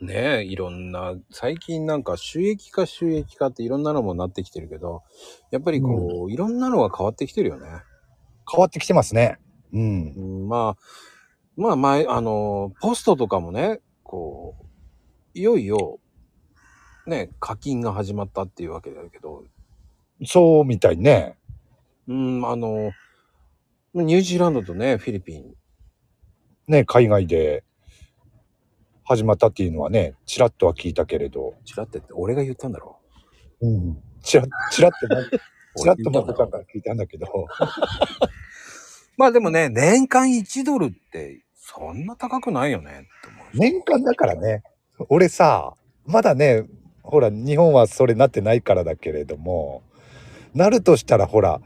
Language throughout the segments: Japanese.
ねえ、いろんな、最近なんか収益化収益化っていろんなのもなってきてるけど、やっぱりこう、いろんなのが変わってきてるよね。変わってきてますね。うん。うん、まあ、まあ前、あの、ポストとかもね、こう、いよいよ、ね、課金が始まったっていうわけだけど、そうみたいね。うん、あの、ニュージーランドとね、フィリピン、ね、海外で始まったっていうのはね、ちらっとは聞いたけれど、ちらってって、俺が言ったんだろうん。ちらちらっとな、う。ちらっと俺言まさったかんだろ聞いたんだけど、まあでもね、年間1ドルって、そんな高くないよね、って思う。年間だからね、俺さ、まだね、ほら、日本はそれなってないからだけれども、なるとしたらほら、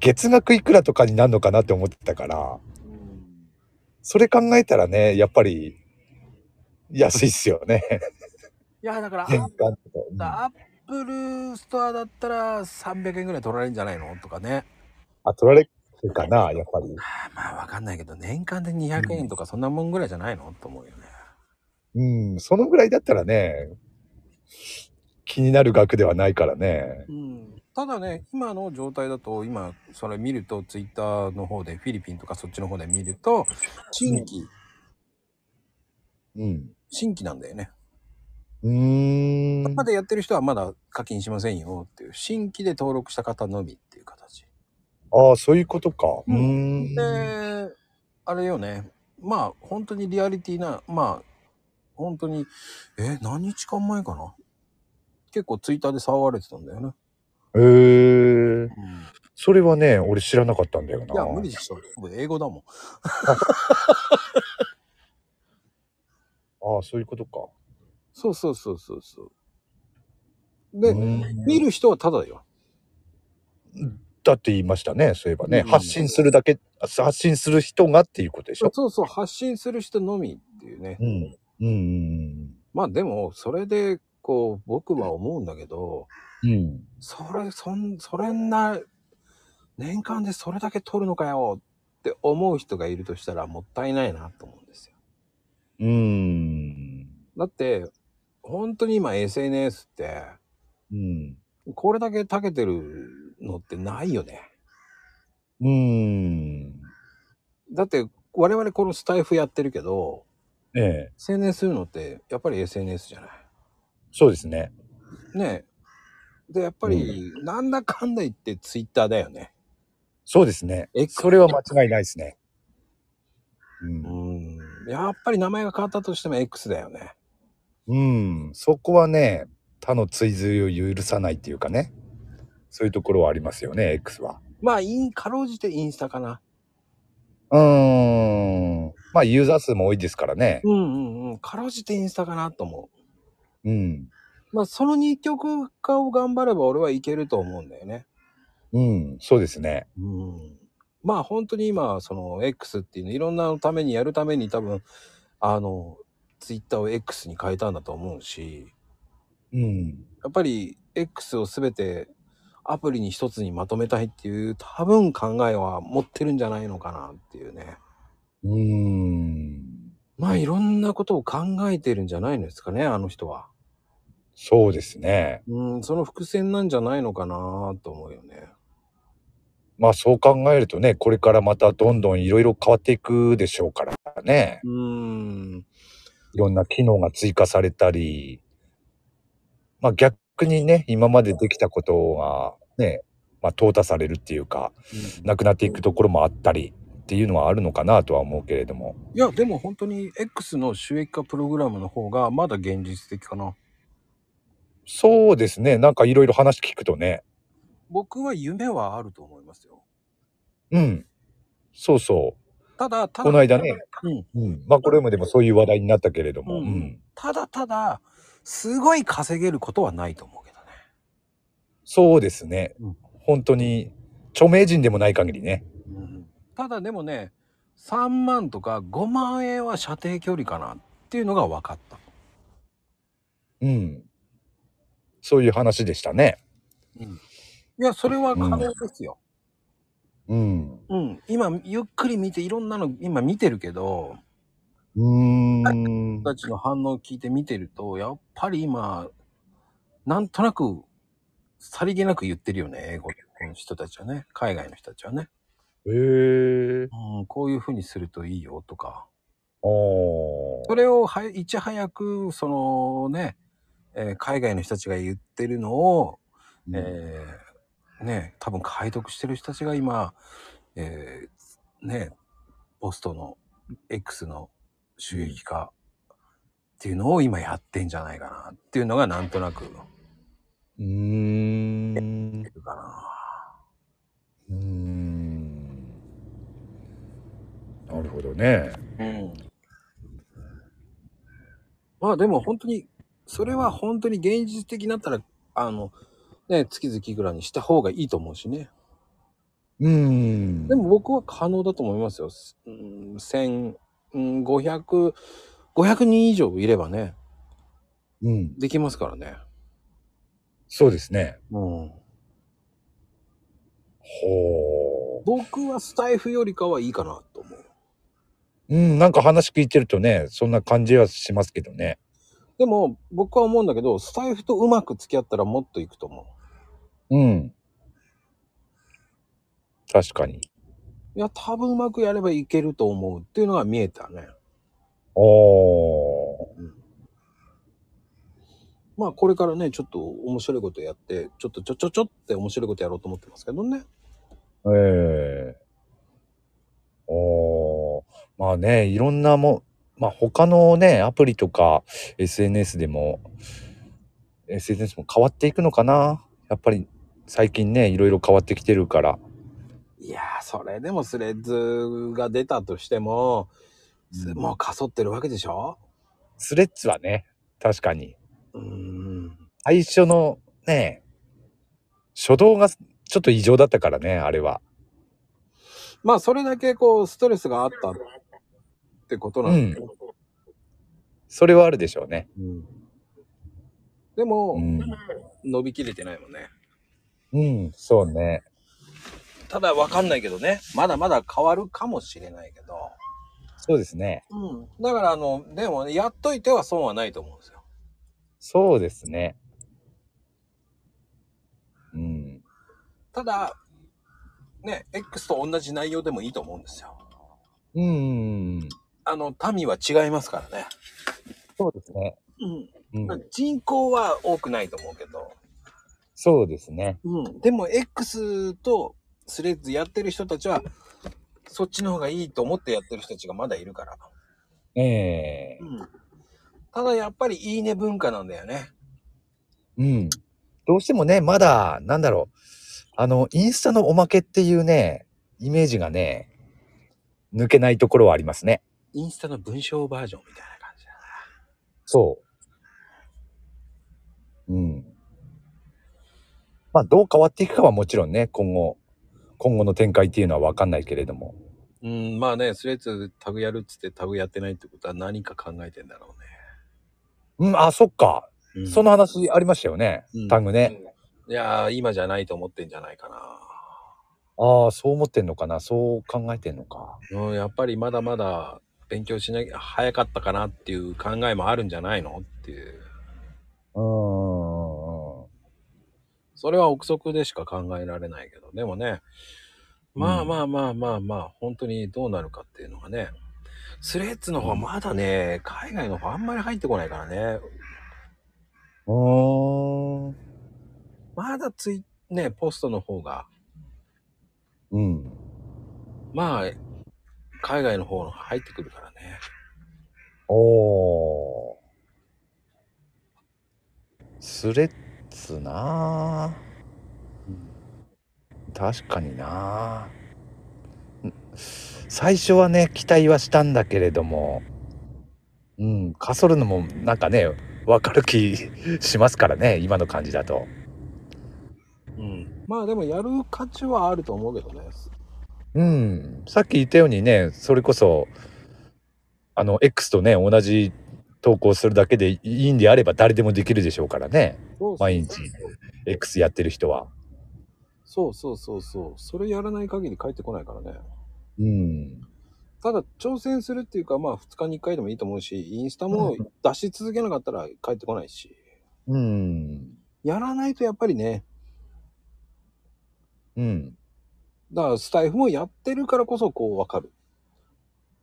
月額いくらとかになるのかなって思ってたかうら、んそれ考えたらね、やっぱり、安いっすよね。いや、だから、年間とか。うんアップルストアだったら300円ぐらい取られるんじゃないのとかね。あ、取られるかな、やっぱり。あーまあわかんないけど、年間で200円とかそんなもんぐらいじゃないのと思うよね。うん、そのぐらいだったらね、気になる額ではないからね。うん。ただね、今の状態だと、今、それ見ると、ツイッターの方で、フィリピンとかそっちの方で見ると、新規、うん。新規なんだよね。うーん。まだやってる人はまだ課金しませんよっていう、新規で登録した方のみっていう形。ああ、そういうことか。ううーん。で、あれよね。まあ、本当にリアリティな、まあ、本当に、え、何日間前かな結構ツイッターで騒がれてたんだよね。えー、うんそれはね、俺知らなかったんだよな。いや、無理でしょ。僕英語だもん。ああ、そういうことか。そうそうそうそうそう。で、うん見る人はただよ。だって言いましたね、そういえばね。うん発信するだけ、あ発信する人がっていうことでしょ。そうそう、発信する人のみっていうね。うん。うん。まあでも、それで、こう、僕は思うんだけど、うん。それ、そん、それな、年間でそれだけ取るのかよって思う人がいるとしたらもったいないなと思うんですよ。うーん。だって、本当に今 SNS って、うん。これだけ長けてるのってないよね。うーん。だって、我々このスタイフやってるけど、ええ。 SNS するのって、やっぱり SNS じゃない。そうですね。ねえ。で、やっぱり、なんだかんだ言ってツイッターだよね。そうですね。え、それは間違いないですね。う。うんん。やっぱり名前が変わったとしても X だよね。うん。そこはね、他の追随を許さないっていうかね。そういうところはありますよね、X は。まあ、イン、かろうじてインスタかな。うーん。まあ、ユーザー数も多いですからね。うんうんうん。かろうじてインスタかなと思うん。う。まあ、その2曲化を頑張れば俺はいけると思うんだよね。うん。そうですね。うん。まあ、本当に今、その X っていうの、いろんなのためにやるために多分、あの、ツイッターを X に変えたんだと思うし。うん。やっぱり X を全てアプリに一つにまとめたいっていう多分考えは持ってるんじゃないのかなっていうね。うーん。まあいろんなことを考えてるんじゃないんですかね、あの人は。そうですね。うん、その伏線なんじゃないのかなと思うよね。まあ、そう考えるとね、これからまたどんどんいろいろ変わっていくでしょうからね。うん。いろんな機能が追加されたり、まあ逆にね、今までできたことがね、まあ淘汰されるっていうか、なくなっていくところもあったりっていうのはあるのかなとは思うけれども。いや、でも本当に X の収益化プログラムの方がまだ現実的かな。そうですね、なんかいろいろ話聞くとね、僕は夢はあると思いますよ。うん、そうそう、ただ、ただ、この間ね、うん、うん、マクロムでもそういう話題になったけれども、ううんん、ただただ、すごい稼げることはないと思うけどね。そうですねうん、本当に著名人でもない限りね、うんただでもね3万とか5万円は射程距離かなっていうのが分かった、うん、そういう話でしたね。いやそれは可能ですよ、うん、うん今ゆっくり見ていろんなの今見てるけどうーん。僕たちの反応を聞いて見てると、やっぱり今、なんとなく、さりげなく言ってるよね、英語の人たちはね。海外の人たちはね。えー。うん、こういう風にするといいよとか。あーそれをはい、いち早く、そのね、えー海外の人たちが言ってるのを、えーね、多分解読してる人たちが今、えーね、ポストの X の収益化っていうのを今やってんじゃないかなっていうのがなんとなくうーん。いるかな。うーん。なるほどね。うん。まあでも本当に、それは本当に現実的になったら、あの、ね、月々ぐらいにした方がいいと思うしね。うーん。でも、僕は可能だと思いますよ。すうん、1500、500 500人以上いればね、うん。できますからね。そうですね。うん。ほ僕はスタイフよりかはいいかなと思う。う。うん、なんか話聞いてるとね、そんな感じはしますけどね。でも、僕は思うんだけど、スタイフとうまく付き合ったらもっといくと思うん。確かに。う。いや、多分うまくやればいけると思うっていうのが見えたね。おー。まあ、これからね、ちょっと面白いことやって、ちょっとちょちょちょって面白いことやろうと思ってますけどね。ええおー。まあね、いろんなも、まあ他のね、アプリとか SNS でも、SNS も変わっていくのかな。やっぱり最近ね、いろいろ変わってきてるから。いやー、それでもスレッズが出たとしても、うんもうかそってるわけでしょスレッズはね、確かに。うーん。最初のね、初動がちょっと異常だったからね、あれは。まあ、それだけこう、ストレスがあったってことなんだけど。それはあるでしょうね。うんでも、うん。伸びきれてないもんね。うん、そうね。ただわかんないけどね。まだまだ変わるかもしれないけど。そうですね。うん。だから、あの、でもね、やっといては損はないと思うんですよ。そうですね。うん。ただ、ね、X と同じ内容でもいいと思うんですよ。うん。あの、民は違いますからね。そうですね。うん。うんまあ、人口は多くないと思うけど。そうですね。うん。でも、X とスレッズやってる人たちは、そっちの方がいいと思ってやってる人たちがまだいるから。ええうん。ただ、やっぱり、いいね文化なんだよね。うん。どうしてもね、まだ、なんだろう。あの、インスタのおまけっていうね、イメージがね、抜けないところはありますね。インスタの文章バージョンみたいな感じだな。そう。うん。まあ、どう変わっていくかはもちろんね、今後、今後の展開っていうのは分かんないけれども。うん、まあね、スレッズタグやるっつってタグやってないってことは何か考えてんだろうん、あ、そっか。うね。その話ありましたよね。うんタグね。いやー、今じゃないと思ってんじゃないかああ、そう思ってんのかな。そう考えてんのか。な。うん、やっぱりまだまだ勉強しなきゃ早かったかなっていう考えもあるんじゃないのっていう。うーん。それは憶測でしか考えられないけど、でもね、まあうんまあまあまあまあ、本当にどうなるかっていうのがね、スレッズの方はまだね、海外の方あんまり入ってこないからね、うーん。まだツイ、ね、ポストの方が、うん。まあ、海外の方の入ってくるからね。おー。スレッズなあ確かになうん最初はね期待はしたんだけれどもうんかそるのもなんかね分かる気しますからね今の感じだとうん。まあでもやる価値はあると思うけどね。うんさっき言ったようにねそれこそあの X とね同じ投稿するだけでいいんであれば誰でもできるでしょうからねそうそう毎日 X やってる人はそうそうそうそう。それやらない限り帰ってこないからね。うんただ挑戦するっていうか、まあ2日に1回でもいいと思うし、インスタもう出し続けなかったら帰ってこないし、うん。やらないとやっぱりね、うん。だからスタイフもやってるからこそこうわかる。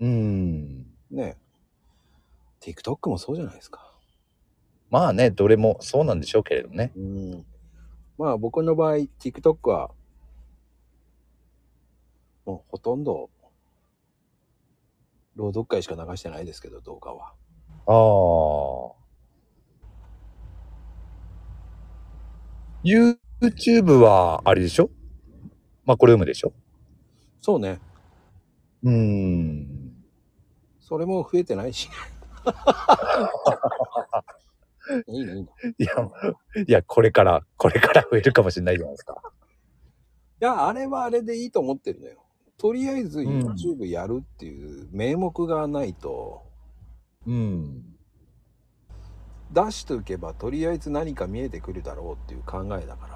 うん。ね。TikTok もそうじゃないですか。まあね、どれもそうなんでしょうけれどね。うん。まあ僕の場合、TikTok は、もうほとんど、朗読会しか流してないですけど、動画は。ああ。YouTube は、あれでしょマコルームでしょそうね。うん。それも増えてない し。いいね、いいね。いや、いや、これから、これから増えるかもしれないじゃないですか。いや、あれはあれでいいと思ってるのよ。とりあえずうん YouTube やるっていう名目がないと、うん。出しておけばとりあえず何か見えてくるだろうっていう考えだか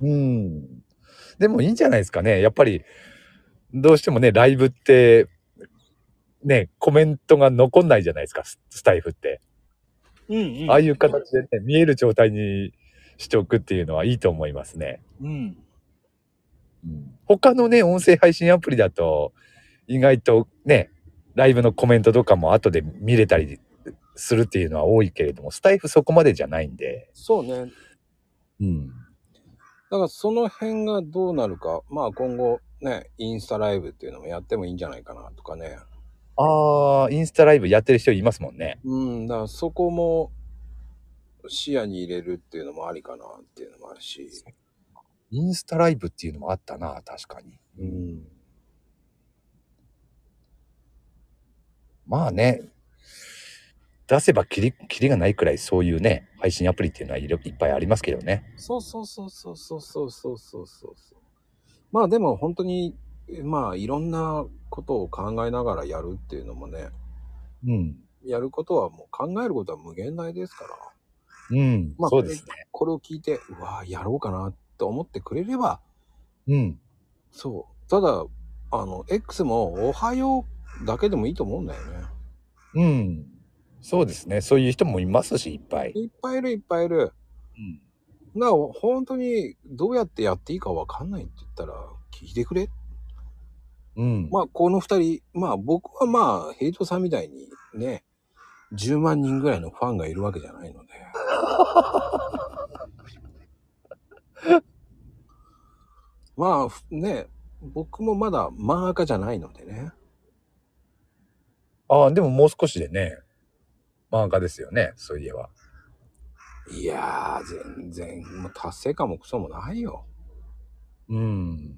ら。うん。でもいいんじゃないですかね。やっぱり、どうしてもね、ライブって、ね、コメントが残んないじゃないですか、ススタイフって。うん、ああいう形でね、見える状態にしておくっていうのはいいと思いますね。うん。他のね、音声配信アプリだと、意外とね、ライブのコメントとかも後で見れたりするっていうのは多いけれども、スタイフそこまでじゃないんで。そうね。うん。だからその辺がどうなるか。まあ今後ね、インスタライブっていうのもやってもいいんじゃないかなとかね。ああ、インスタライブやってる人いますもんね。うん、だからそこも視野に入れるっていうのもありかなっていうのもあるし。インスタライブっていうのもあったな、確かに。うん。まあね、出せばキリ、キリがないくらいそういうね、配信アプリっていうのはいろいっぱいありますけどね。そうそうそうそうそうそうそうそうそうそう。まあでも本当に、まあいろんなことを考えながらやるっていうのもね、うん。やることはもう考えることは無限大ですから、うん、まあそうですね。これを聞いて、うわぁ、やろうかなって思ってくれれば、うん。そう。ただ、あの、X もおはようだけでもいいと思うんだよね。うん。そうですね。そういう人もいますし、いっぱい。いっぱいいるいっぱいいる。うん。なあ、本当にどうやってやっていいかわかんないって言ったら、聞いてくれうん。まあ、この二人、まあ、僕はまあ、ヘイトさんみたいにね、10万人ぐらいのファンがいるわけじゃないので。まあ、ふね、僕もまだ漫画家じゃないのでね。ああ、でももう少しでね、漫画ですよね、そういえば。いやー、全然、もう達成感もクソもないよ。うん。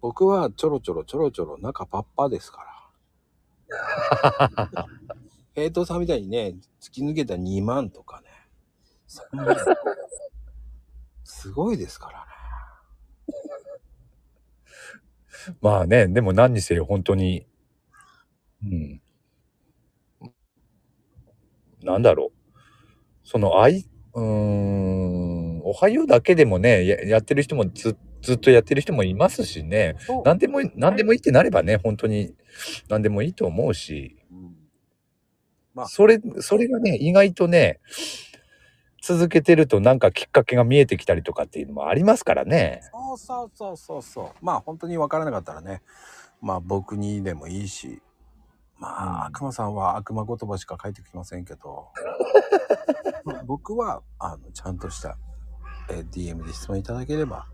僕はちょろちょろちょろちょろ中パッパです から。ヘイトさんみたいにね、突き抜けた2万とかね。3万とかすごいですからね。まあね、でも何にせよ、本当に、うん。なんだろう。その、あい、うーん、おはようだけでもね、ややってる人もず、ずっとやってる人もいますしね、そう何でもいい、何でもいいってなればね、本当に、何でもいいと思うし、うんまあそれ、それがね、意外とね、続けてるとなんかきっかけが見えてきたりとかっていうのもありますからね。そうそうそうそうそう。まあ本当に分からなかったらね、まあ僕にでもいいし、まあ、うん悪魔さんは悪魔言葉しか書いてきませんけ ど、まあ僕はあのちゃんとしたえ DM で質問いただければ、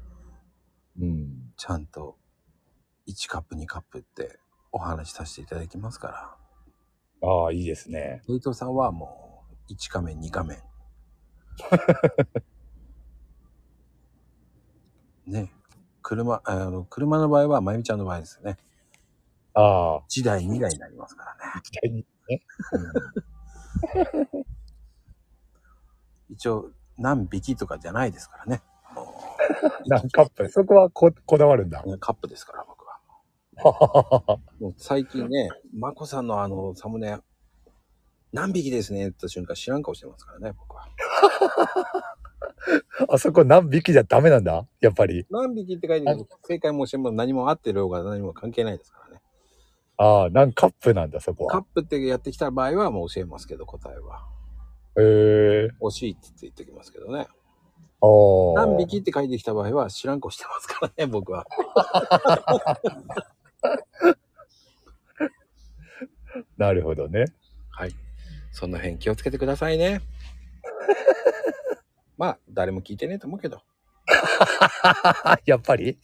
うん。ちゃんと1カップ2カップってお話しさせていただきますから、ああ、いいですね。伊藤さんはもう1カ面2カ面。 ね車、あの、車の場合は、まゆみちゃんの場合ですよね。ああ。 1台2台になりますからね。期待にね。一応、何匹とかじゃないですからね。もなカップ、そこはここだわるんだ。 うカップですから、僕は。もう最近ね、まこさんのあの、サムネ、何匹ですねって言った瞬間知らん顔してますからね、僕は。あそこ何匹じゃダメなんだやっぱり。何匹って書いてる正解もしても何も合ってるようが何も関係ないですからね。ああ、なんかカップなんだ、そこカッは。プってやってきた場合はもう教えますけど、答えは。へえ。惜しいって言ってきますけどね。ああ。何匹って書いてきた場合は知らんこしてますからね、僕は。なるほどね。 はい。その辺気をつけてくださいね。まあ、誰も聞いてねえと思うけど。やっぱり